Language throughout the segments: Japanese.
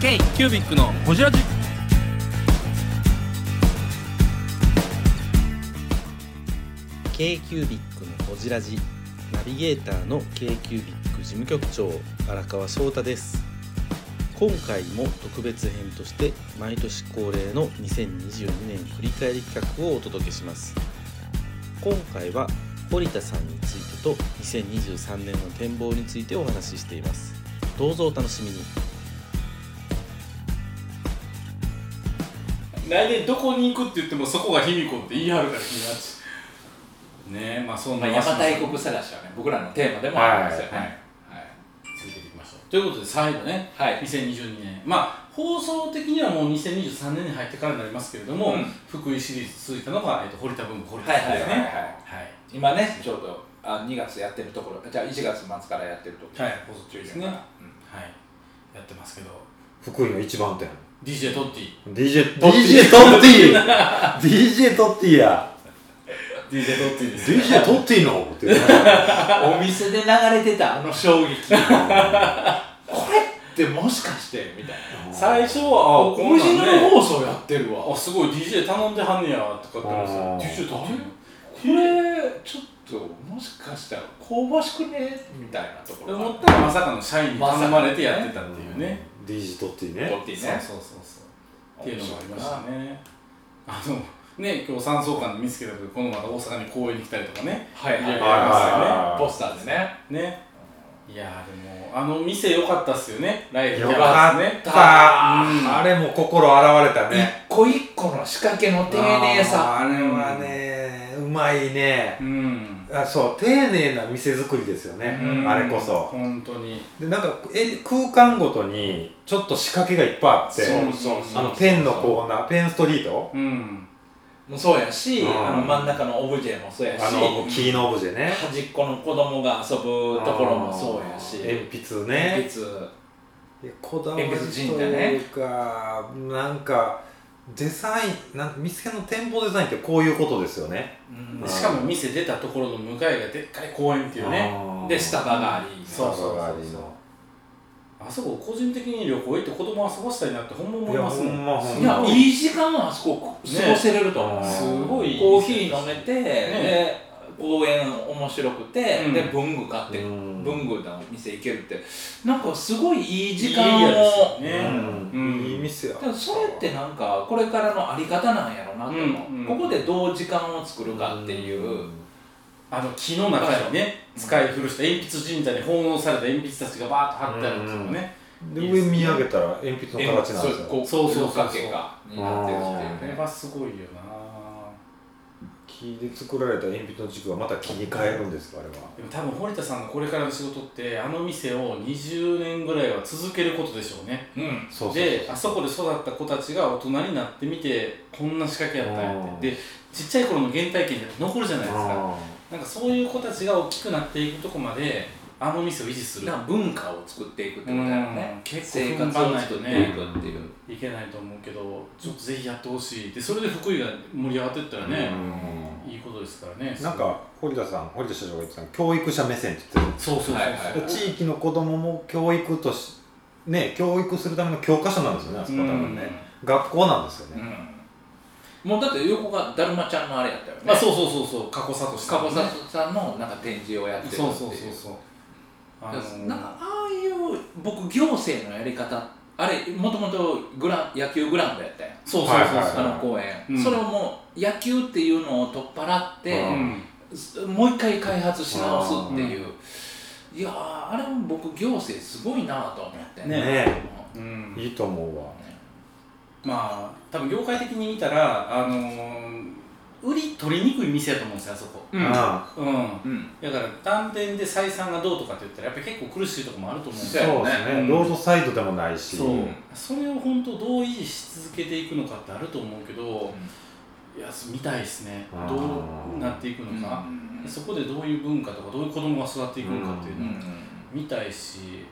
K キュービックのホジラジー k q b i c のほじらじナビゲーターの k q b i c 事務局長荒川翔太です今回も特別編として毎年恒例の2022年振り返り企画をお届けします今回は堀田さんについてと2023年の展望についてお話ししていますどうぞお楽しみに来年どこに行くって言ってもそこが卑弥呼って言い張るから君はねえまあそんまなあ、邪馬台国探しはね、僕らのテーマでもありますよね。はい続けていきましょうということで最後ねはい。 2022年まあ放送的にはもう2023年に入ってからになりますけれども、うん福井シリーズ続いたのが、えっと、堀田文庫堀田はいさんはでいすはねはいいはい。今ね、ちょうどあ2月やってるところ、じゃあ1月末からやってるところ。はい放送中ですねうんはいやってますけど福井の一番店 DJ トッティ DJ トッティ DJ トッティや DJ トッティで DJ トッティのって言うねお店で流れてたあの衝撃。 これってもしかしてみたい最初はな。あオリジナル放送やってるあわ。すごい DJ 頼んではんねやとかって思ってたあー DJ 撮ってるこれ、ちょっともしかしたら香ばしくねみたいなとこでろが思ったらまさかの社員に頼まれてやってたっていうね DJ トッティ撮ねっていいそうね。そうそうそうっていうのもありましたねあのね今日山荘館で見つけたけどこのまた大阪に公園に来たりとかねはいはいいろいろはあい。ポスターりましでね。たよねねいやーでもあの店良かったっすよねライブよキャかバっですねた、うんあれも心現れたね一個一個の仕掛けの丁寧さ。あーあれはねうまいねうんあそう丁寧な店作りですよねうんあれこそ本当にでなんかえ空間ごとにちょっと仕掛けがいっぱいあってそうそうそうあのペンのコーナーペンストリートうんもそうやし、うんあの真ん中のオブジェもそうやし、あの木のオブジェね端っこの子供が遊ぶところもそうやし、鉛筆ね鉛筆いやこだわりと鉛筆い神社ねうか、なんかデザインなん店の店舗デザインってこういうことですよねうんでしかも店出たところの向かいがでっかい公園っていうねあーでスタバがあり、スそタうバがありのあそこ個人的に旅行行って子供遊ばせたいなってほんま思いますもんいやほんまほんまいやいい時間はあそこ過ごせれると思う、ねすごいコーヒー飲めて、でね公園面白くて、うんで文具買って、うん文具の店行けるってなんかすごいいい時間いいエリアですをよねうんうんいい店やでもそれってなんかこれからのあり方なんやろうなと思う、うんうんここでどう時間を作るかっていう、あの木の中にね使い古した鉛筆神社に奉納された鉛筆たちがバーッと貼ってあるっていうのね、でいい上ですね見上げたら鉛筆の形なんそですうよこうそうそうそうそうかけがになってるってあいれうねはすごいよな木で作られた鉛筆の軸はまた木に変えるんですかあれはでも多分堀田さんのこれからの仕事ってあの店を20年ぐらいは続けることでしょうねうんそうそうそうであそこで育った子たちが大人になってみてこんな仕掛けやったんやあっーてでちっちゃい頃の原体験って残るじゃないですかなんかそういう子たちが大きくなっていくとこまであの店を維持するだから文化を作っていくってことだようんね結構生活を作っていくっていう、いけないと思うけどちょっとぜひやってほしいでそれで福井が盛り上がっていったらね、いいことですからねなんか堀田さん堀田社長が言ってたの教育者目線って言ってそうそうそうそう、はいはいる地域の子供も教育としね教育するための教科書なんですよねあそこ多分ね学校なんですよねうんもうだって横がだるまちゃんのあれやったよねまあそうそうそうそう過去さとして、加古ささんのなんか展示をやってるっていそうそうそうそうあのだからなんかああいう僕行政のやり方あれもともとグラン野球グラウンドやったやんそうそうそうそう、はいはいあの公園、うんそれをもう野球っていうのを取っ払って、ううんもう一回開発し直すっていう、いやーあれも僕行政すごいなと思ってねねううんいいと思うわんまあ多分業界的に見たらあのー売り取りにくい店やと思うんですよあそこうんあうんうんだから断点で採算がどうとかって言ったらやっぱり結構苦しいところもあると思うんですそうよそうでやすねねうんロードサイドでもないしそう、それを本当どう維持し続けていくのかってあると思うけど、いや見たいですねあーどうなっていくのか、そこでどういう文化とかどういう子供が育っていくのかっていううのをん見たいし、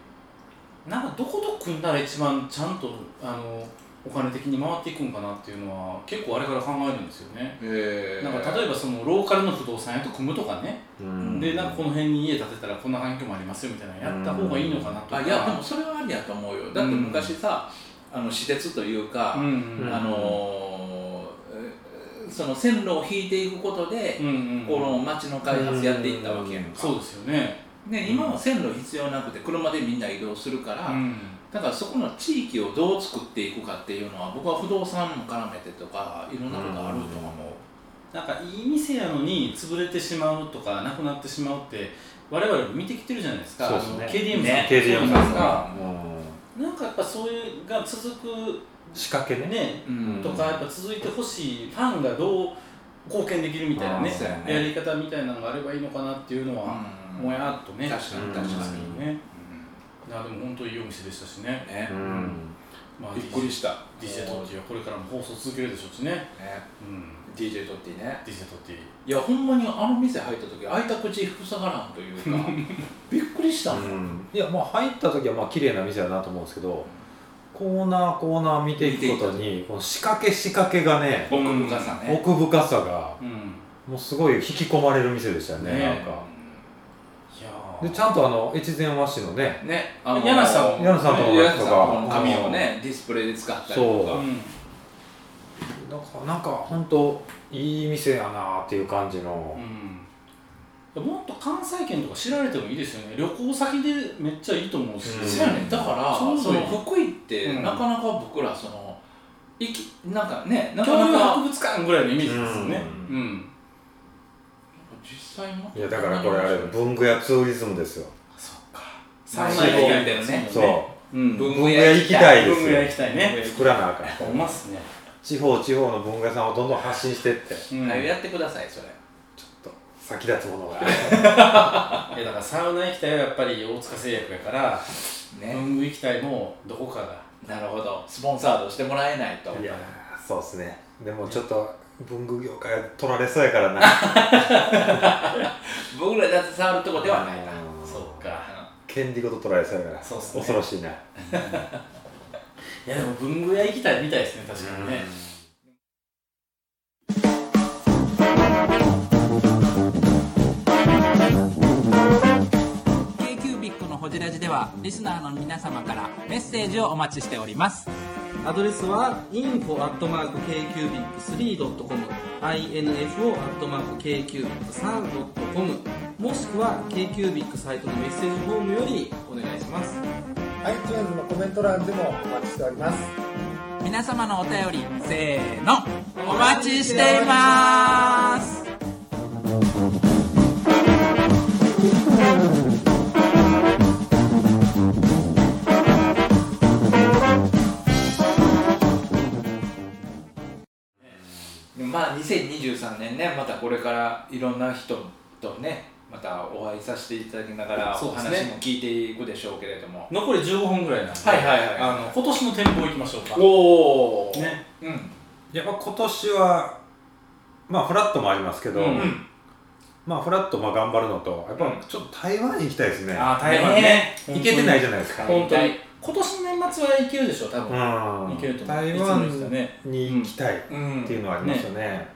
なんかどこと組んだら一番ちゃんとあのお金的に回っていくんかなっていうのは結構あれから考えるんですよね。えなんか例えばそのローカルの不動産屋と組むとかね、うんでなんかこの辺に家建てたらこんな環境もありますよみたいなのやった方がいいのかなとか、あいやでもそれはありやと思うよだって昔さ、あの私鉄というか、うんうんあのーその線路を引いていくことで、うんうんこの町の開発やっていったわけやんか、そうですよねね、今は線路必要なくて車でみんな移動するから、うんだからそこの地域をどう作っていくかっていうのは僕は不動産も絡めてとかいろんなことあると思う、なんかいい店やのに潰れてしまうとかなくなってしまうって我々見てきてるじゃないですかそうですあねの KDM さんね KDM ささんんがが、うんなんかやっぱそういうが続く仕掛けねねうんとかやっぱ続いてほしいファンがどう貢献できるみたいなねあーそうやねやり方みたいなのがあればいいのかなっていうのは、うんもやっとね確かに確かに、うんね、いやでも本当にいいお店でしたしね、ね、うんまあ、びっくりした DJ トッティはこれからも放送続けるでしょうしね、ねうん、 DJ とってね DJ トッティいやほんまにあの店入った時開いた口塞がらんというかびっくりしたもん、うんいやまあ入った時はまあ綺麗な店だなと思うんですけどコーナーコーナー見ていくことにこの仕掛け仕掛けがね奥深さね奥深さがうんもうすごい引き込まれる店でしたよねねなんかいやでーちゃんとあの越前和紙のねね柳さんも柳さんとか柳さんとかのの紙をねディスプレイで使ったりとそかうんなんかなんか本当いい店やなっていう感じの、うん、もっと関西圏とか知られてもいいですよね旅行先でめっちゃいいと思うし、うんそうやねだからちょうどいいその福井ってうんなかなか僕らその行きなんかねな恐か竜な博か物館ぐらいのイメージですよねううん実際もいやだからこれあれ文具やツーリズムですよそっかサウナ行きたいんだよねそううん文文具屋行きたいで具屋行きすよたいね作らなあかん思いますね地方地方の文具屋さんをどんどん発信してってちょっうんはいえやってくださいそれと先立つものだがからサウナ行きたいはやっぱり大塚製薬やからね文具行きたいもどこかがなるほどスポンサードしてもらえないといやーそうですねでもちょっと文具業界取られそうやからな僕らだって触るとこではないなうんそうか権利ごと取られそうやからそうっすね恐ろしいないやでも文具屋行きたいみたいですね確かにね「k q b i c のほじラジ」ではリスナーの皆様からメッセージをお待ちしておりますアドレスは info.kcubic3.com info.kcubic3.com もしくは KQBIC サイトのメッセージフォームよりお願いします iTunes のコメント欄でもお待ちしております皆様のお便りせーのお待ちしていますまあ2023年ねまたこれからいろんな人とねまたお会いさせていただきながらそうおです話ねも聞いていくでしょうけれども、残り15分ぐらいなんではいはいはいあの今年の展望行きましょうかおおねうんやっぱ今年はまあフラットもありますけど、うんまあフラットまあ頑張るのとやっぱちょっと台湾に行きたいですねあー台湾ね行けてないじじゃないですか、本当に今年の年末は行けるでしょ多分うん、いけると思うい台つも行きたい湾ねに行きたいっうんていうのはありますよね,、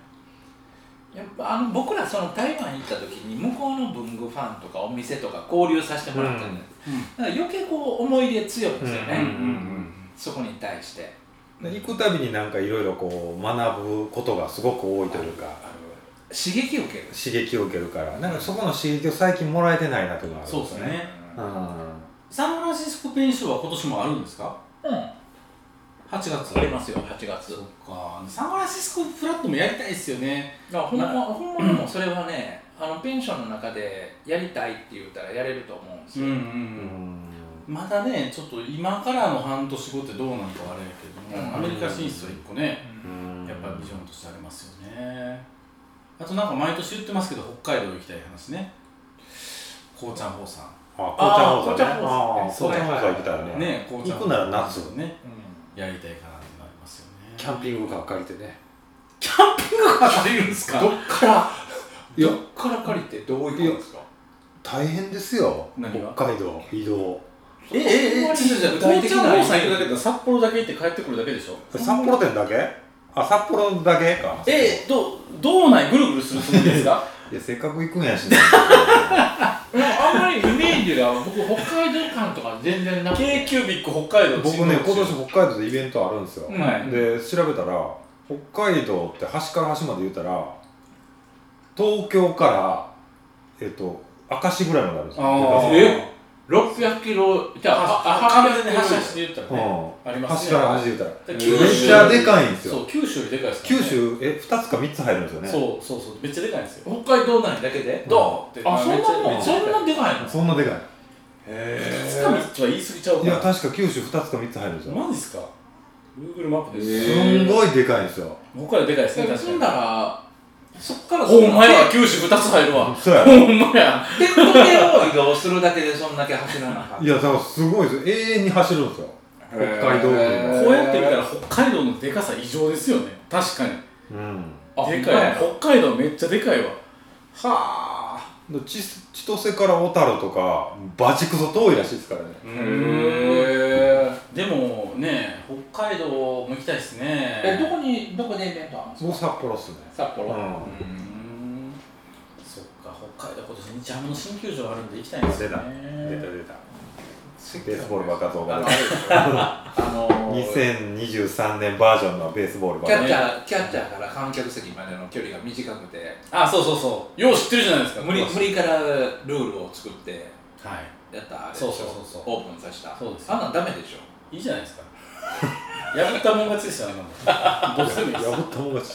やっぱあの僕らその台湾行った時に向こうの文具ファンとかお店とか交流させてもらったんで、うんうんだから余計こう思い入れ強いですよね、うんそこに対してで行くたびになんかいろいろこう学ぶことがすごく多いというか刺激を受ける刺激を受けるからなんかそこの刺激を最近もらえてないなというのはあるそうですね、うんサンフランシスコペンションは今年もあるんですかうん8月ありますよ8月そっかサンフランシスコフラットもやりたいですよねいやほんまほんまにもうそれはねあのペンションの中でやりたいって言ったらやれると思うんですよ、んううんまだねちょっと今からの半年後ってどうなのかあれやけども、うんアメリカ進出は1個ね、うんやっぱりビジョンとしてありますよねあとなんか毎年言ってますけど北海道行きたい話ねこうちゃんほうさああー紅茶放送ね紅茶放あー紅茶放送送行きたいんねねこうちゃん行くなら夏ねうやりたいかなってなりますよねキャンピングカー借りてねカーいるんですんかどっからいやどっから借りてどう行くんですか大変ですよ何が北海道移動ええええ、ちょっとじゃあ、紅茶の王さん行くだけだったら札幌だけ行って帰ってくるだけでしょ札幌店だけあ札幌だけかえ、ど、道内ぐるぐるするつもりですかい やせっかく行くんやしねあんまりイメージが僕北海道感とか全然な k キュービック北海道僕ね今年北海道でイベントあるんですよ、うんはいで調べたら北海道って端から端まで言ったら東京からえっと明石ぐらいまであるんですよあー出た600キロじゃああああ完全に発車して言ったらうねんありますね端から端で言っただららめっ九州ちゃでかいんですそうよ九州よりでかいですから九ね州え2つか3つ入るんですよねそうそうそうめっちゃでかいんですよ北海道内だけでどうってあそんなもめんっちゃそんなめっちゃでかいでかいのそんなでかい二日三つは言い過ぎちゃういかやら確か九州2つか3つ入るんですよマジっすか Google マップですすんごいでかいんですよ北海道でかいですね確そかんにならそっからそほのんまや九州二つ入るわそうやほんまやテッドテを移動するだけでそんだけ走らなあかんいやだからすごいですよ永遠に走るんですよ北海道でへこうやって見たら北海道のでかさ異常ですよね確かにうんででかいかわ北海道めっちゃでかいわはあで千千歳から小樽とかバチクソ遠いらしいですからねいへーでもね北海道も行きたいですねえどこにどこでイベントあるの僕札幌っすね札幌ううんーんそっか北海道今年ジャムの新球場あるんで行きたいんですよね出た出たベースボールバカ像あがの出あのー2023年バージョンのベースボールバキャカッチャーキャッチャーから観客席までの距離が短くてあそうそうそうよう知ってるじゃないですか無理ここ無理からルールを作ってはいやったあれでしそょうそうそうそうオープンさせたそうですよあんなんダメでしょいいじゃないです か破ったもん勝ちでしたねなんかどうしてもいいです破ったもん勝ち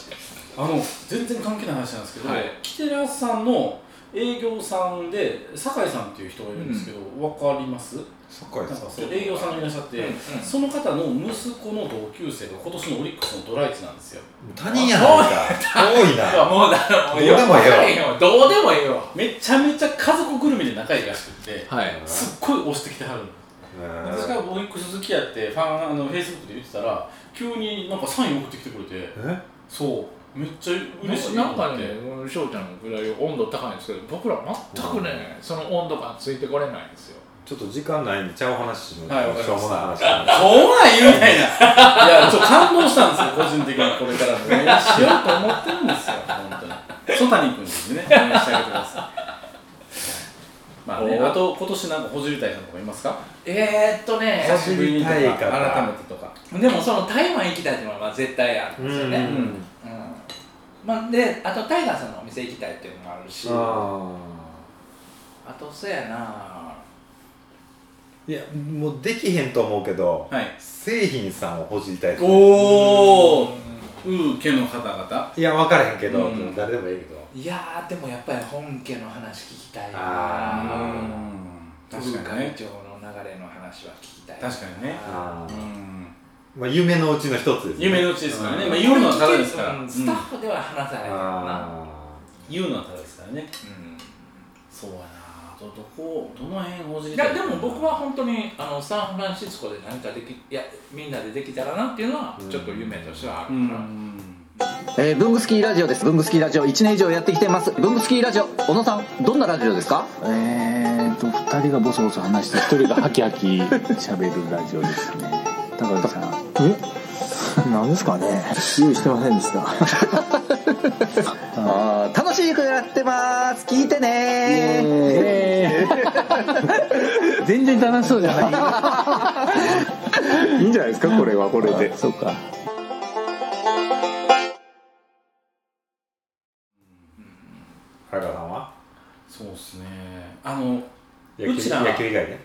あの全然関係ない話なんですけど、はいキテラさんの営業さんで酒井さんっていう人がいるんですけど、わかります酒井なんさかんそう営業さんがいらっしゃって、うんうんその方の息子の同級生が今年のオリックスのドライチなんですよ他人やないか遠いなもうだからどうでもええわわかんよどうでもええわめちゃめちゃ家族ぐるみで仲いいらしくて、はいすっごい押してきてはるの私がオリックス好きやってファンあのフェイスブックで言ってたら急になんかサイン送ってきてくれてえそうめっちゃ嬉しいなんかとね思って、翔ちゃんのぐらい温度高いんですけど、僕ら全くね、その温度感ついてこれないんですよ。ちょっと時間ないんでちゃう話しましょうはいわかりまししょたうもない話そうなん言うみたいないやちょっと感動したんですよ個人的にこれからもねしようと思ってるんですよ本当にソタニ君ですね応援してあげてくださいまあねおーあと今年なんかほじりたい方とかいますかえーっとねほじりたい方久しぶりにとか改めてとかでもその台湾行きたいっていうのはまあ絶対あるんですよね、ううんんまあ、であとタイガーさんのお店行きたいっていうのもあるしあとそうやないやもうできへんと思うけどはい製品さんをほじりたいですねおおうーけの方々いや分からへんけどうん誰でもいいけどいやーでもやっぱり本家の話聞きたいなあー確かに風ね会長の流れの話は聞きたい確かにねあーうんまあ夢のうちの一つですね夢のうちですからね、うんまあ、言うのはただですから、うんスタッフでは話さないからな、あ言うのはただですからねうんそうやなどどこどの辺をじいりたやでも僕は本当にあのサンフランシスコで何かできいやみんなでできたらなっていうのはちょっと夢としてはあるうかな、んえー、ブングスキーラジオです。ブングスキーラジオ1年以上やってきてます。ブングスキーラジオ、小野さん、どんなラジオですかえーと2人がボソボソ話して1人がハキハキ喋るラジオですね高橋さんえなんですかね用意してませんで したあー楽しい曲やってます。聞いてねー。 全然楽しそうじ ゃないいいんじゃないですかこれはこれでそうかー原川さんはそうっすねあの野うち球ら野球以外ね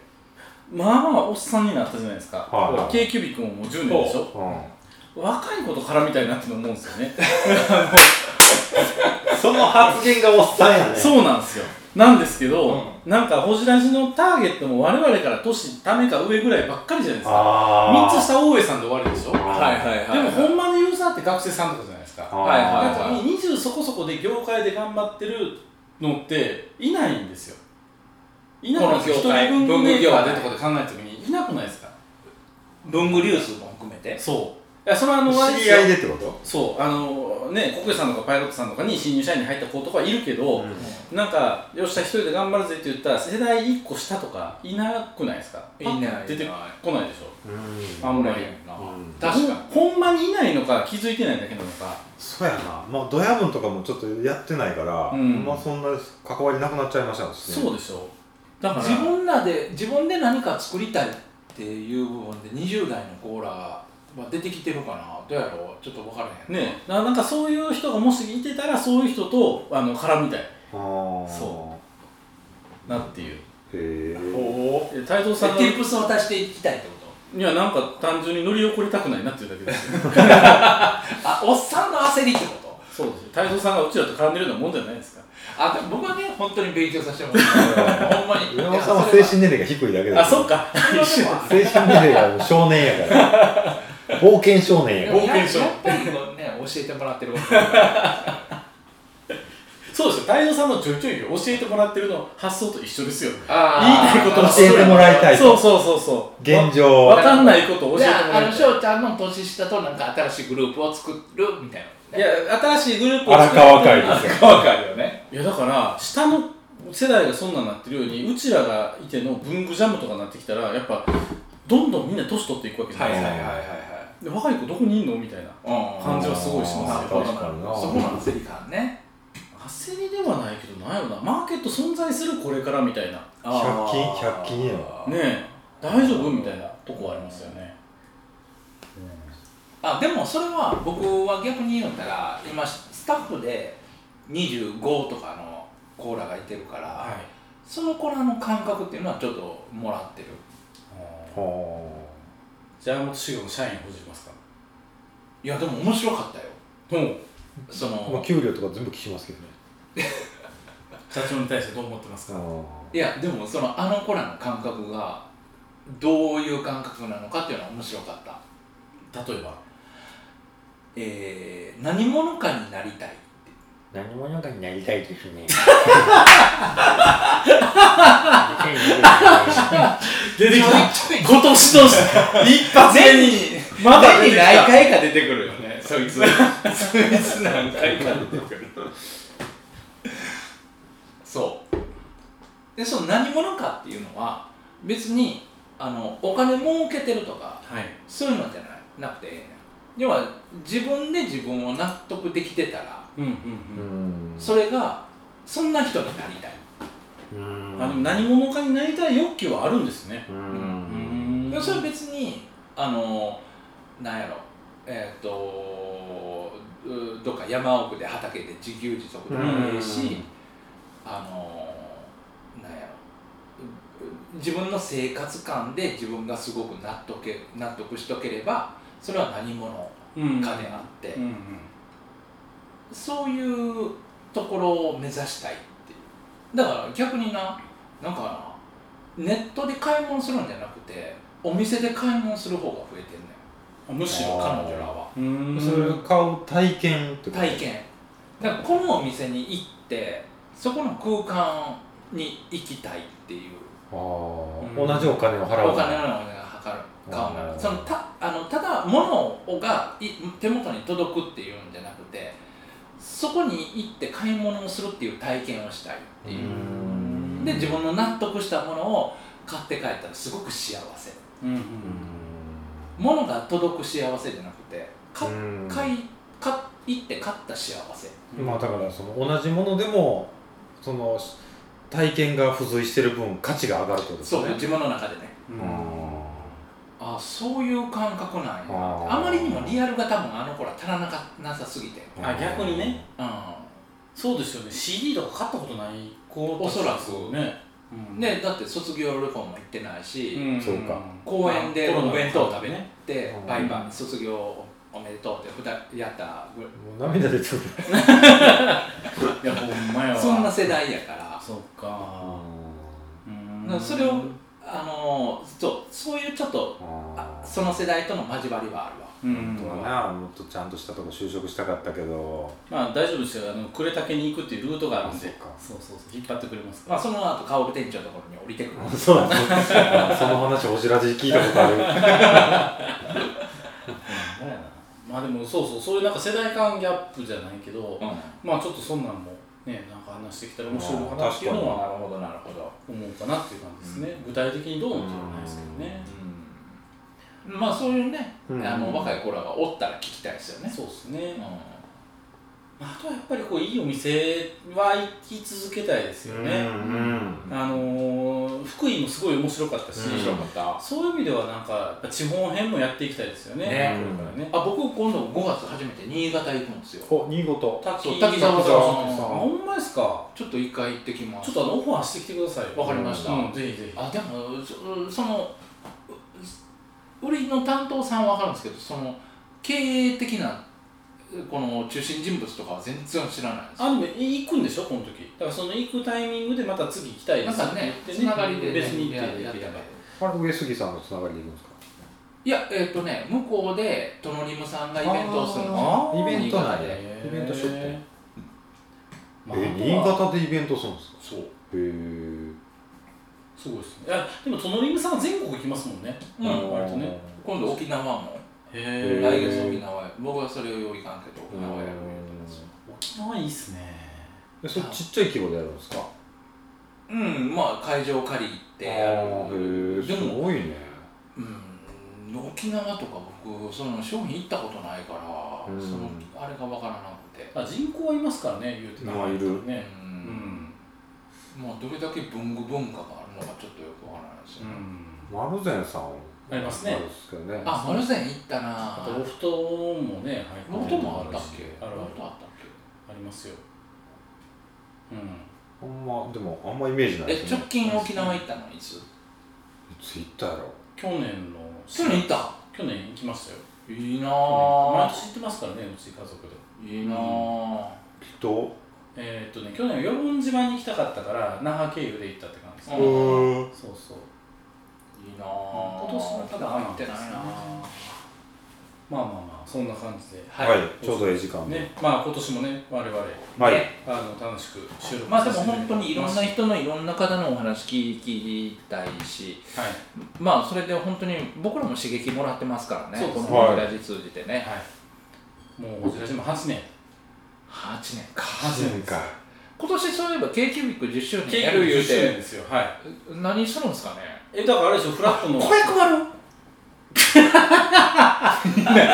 まあまあおっさんになったじゃないですかはいはい k キュービックももう10年でしょう若い子と絡みたいなって思うんですよねんその発言がおっさんやね そうなんですよなんですけど、なんかホジラジのターゲットも我々から年ためか上ぐらいばっかりじゃないですかあ3つあ下大江さんで終わりでしょではいはいはいもほんまのユーザーって学生さんとかじゃないですかはいはいなんか20そこそこで業界で頑張ってるのっていないんですよいなくないですこの業界一人分メーカーで文具業界とかで考えた時にいなくないですか文具流通も含めてそういやそれはあの知り合いででってことそうあのね国営さんとかパイロットさんとかに新入社員に入った子とかいるけど、なんかよっしゃ一人で頑張るぜって言ったら世代1個下とかいなくないですかいない出てこないでしょうんあんまりなうん確かにほんほんまにいないのか気づいてないだけなのかそうやなまあドヤ分とかもちょっとやってないからうんまあそんな関わりなくなっちゃいましたしねそうでしょだからはい自分らで自分で何か作りたいっていう部分で20代のコーラは出てきてるかなどうやろうちょっと分からへんねななんかそういう人がもしいてたらそういう人とあの絡みたいああそなっていううへえおお太蔵テさんがィップスを足していきたいってこといやなんか単純に乗り怒りたくないなっていうだけですよあおっさんの焦りってことそうですよ太蔵さんがうちらと絡んでるようなもんじゃないですかあでも僕はね本当に勉強させてもらってほんまに山本さんは精神年齢が低いだけだけどあそっか一緒精神年齢が少年やから冒険少年やから冒険険者やっぱりこうね教えてもらってることそうですよ太蔵さんのちょいちょい教えてもらってるの発想と一緒ですよあー言いたいことを教えてもらいたいそうそうそうそう現状わかんないことを教じえてもゃあ、あらの、いたい翔ちゃんの年下となんか新しいグループを作るみたいな。いや、新しいグループ荒川会いですよわかるよね。いや、だから、下の世代がそんなんなってるように、うちらがいての文具ジャムとかになってきたら、やっぱ、どんどんみんな年取っていくわけじゃはないいではすいか。はいはいで若い子どこにいんのみたいなはい。う感ん。じはすごいしますあよー確かになそこなんですよ、感ね。焦りではないけどなんやろなマーケット存在するこれからみたいなね100均100均やえ大丈夫みたいなとこはありますよねあ、でもそれは僕は逆に言うんだら、今、スタッフで25とかのコーラがいてるから、はいそのコーラの感覚っていうのはちょっともらってる。はじゃあもっと修行の社員欲しいますかいや、でも面白かったよ。どうそあまあの、給料とか全部聞きますけどね社長に対してどう思ってますかいや、でもその、あのコーラの感覚が、どういう感覚なのかっていうのは面白かった。例えばえー、何者かになりたい何者かになりたいです ね。出てきたちょい今年の 一発目にまだ出年てにきた何回か出てくる よねそいつそいつ何回か出てくるそうでその何者かっていうのは別にあのお金儲けてるとかはいそういうのじゃないなくてええねん要は自分で自分を納得できてたらうんうんううんんそれがそんな人になりたい、うんあでも何者かになりたい欲求はあるんですねううんんでもそれは別にあのなんやろえっ、とうどっか山奥で畑で自給自足でもいいし、うんあのなんやろう自分の生活感で自分がすごく納得け納得しとければそれは何者かうんであって、うんうんそういうところを目指したいっていうだから逆にななんかなネットで買い物するんじゃなくてお店で買い物する方が増えてんねあむしんろ彼あー女らはうーんそれを買う体験ってこと体験だからこのお店に行ってそこの空間に行きたいっていうあうんあ同じお金を払うお金のような測る顔なうのんそのたあのただ物がい手元に届くっていうんじゃなくてそこに行って買い物をするっていう体験をしたいっていうう、んで自分の納得したものを買って帰ったらすごく幸せうんうん物が届く幸せじゃなくて買っうん買い買っ行って買った幸せうんまあだからその同じものでもその体験が付随してる分価値が上がるってことですねそう自分の中でねううんんあそういう感覚なんやあーあまりにもリアルが多分あの頃は足らなかなさすぎてあ逆にねうそうですよね CD とか買ったことない子おそらくねんでだって卒業旅行も行ってないし、うんそうか公園でまあコロナお弁当を食べねてうんバイバイ卒業おめでとうってふだやったぐらいもう涙出てくるいやほんまやわそんな世代やからそっかうんだからそれをあのーそうそういうちょっとあその世代との交わりはあるわうん本当はなもっとちゃんとしたとこ就職したかったけどまあ大丈夫ですよあの呉竹に行くっていうルートがあるんであそっかそうそうそう引っ張ってくれますかまあらその後カオル店長のところに降りてくるそうだねその話おじらじ聞いたことあるほんまやなまあでもそうそうそういうなんか世代間ギャップじゃないけどうんまあちょっとそんなんもねなんか話してきたら面白いのかあなーっていうのなはるほどなるほど思うかなっていう感じですね具体的にどう思ってはないですけどねうんまあそういうね、うんあの若い頃がおったら聞きたいですよねそうですねうんあとはやっぱりこういいお店は行き続けたいですよね、うんあのー福井もすごい面白かったし、面白かそういう意味ではなんかやっぱ地方編もやっていきたいですよねねこれからねあ僕今度5月初めて新潟行くんですよお新潟そう滝滝沢さんあほんまですかちょっと一回行ってきますちょっとあのオファーしてきてくださいよわかりましたうんぜひぜひあでもそそのう売りの担当さんは分かるんですけどその経営的なこの中心人物とかは全然知らないですあでも行くんでしょこの時だからその行くタイミングでまた次行きたいでなんすかねってつながりで、ね、別に行やってやってたからあれ上杉さんのつながりでいるんですかいやえっ、とね向こうでトノリムさんがイベントをするんですよあイベント内新潟でイベントしょってまあえあと新は潟でイベントするんですかそうへーすごいですねいやでもトノリムさんは全国行きますもんねうん割とね今度沖縄もへ来へー月沖縄へ僕はそれを用意かんけど沖縄へ沖縄いいっすねえそれちっちゃい規模でやるんですかうんまあ会場借りてあーへーですもごいねうん沖縄とか僕その商品行ったことないから、うんそのあれが分からなくて、あ人口はいますからね言うてまあいるねううんんまあ、どれだけ文具文化があるのかちょっとよく分からないですうよ、ねん丸善さんありますねあるんですけどねあマルゼン行ったなあとロフトもね入ってるロフトもあったっけあるロフあトるあったっけありますようんあんまでもあんまイメージないえです直ね近沖縄行ったのいついつ行ったやろ去年の去年行った去年行きましたよいいな毎あ年行ってますからねうち家族でいいなあきっとえーっとね去年は与論島に行きたかったから那覇経由で行ったって感じですねうんそうそういいなあ今年はただ行ってないなまあまあまあそんな感じでははいちょうどええ時間でねまあ今年もね我々はいあの楽しく収録まあでさせもて本当にいろんたなだき人のいろんな方のお話聞きたいしますはいまあそれで本当に僕らも刺激もらってますからねそうでこすのねホジラジ通じてねはい。もう、こちらでも8年。 8年か8年か今年そういえば k キュビック10周年ややるる言言ううてて。ですよ。はい。何するんですかねえ、だからあれでしょ、フラットの。これ配る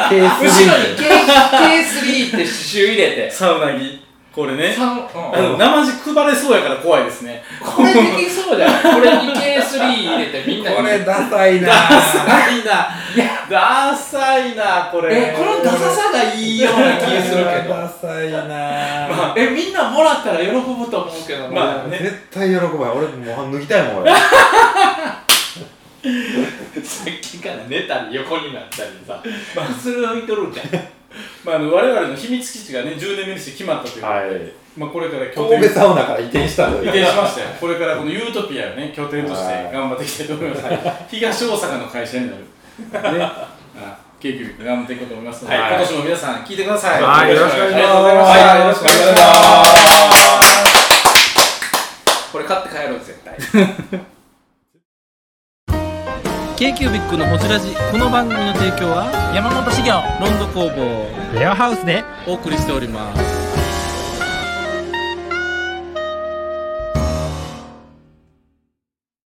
ケ後ーろに K- K3 って刺繍入れてサウナ着。これね。三あの、生地配れそうやから怖いです ね。これできそうじゃないこれに K3 入れてみんなにこれダサいなサいな。ダサいな、これ。えこのダサさがいいような気がするけどダサいなえみんなもらったら喜ぶと思うけどまあまあね、絶対喜ばない俺もう脱ぎたいもん俺さっきから寝たり横になったりさくするいとるんじゃんまあ、あの我々の秘密基地がね、10年目にして決まったということで、いまあ、これから拠神戸点、サウナから移転したの移よ転しましたよ。これからこのユートピアをね、拠点としてはい頑張っていきたいと思います。はい東大阪の会社に なる。ね。あ景気頑張っていこうと思いますので、はい今年も皆さん聞いてください。はいよろしくお願いしありますがとうございましたはいよろしくお願いします。これ買って帰ろう絶対 k q b i c のホジラジこの番組の提供は山本資源ロンド工房レアハウスでお送りしております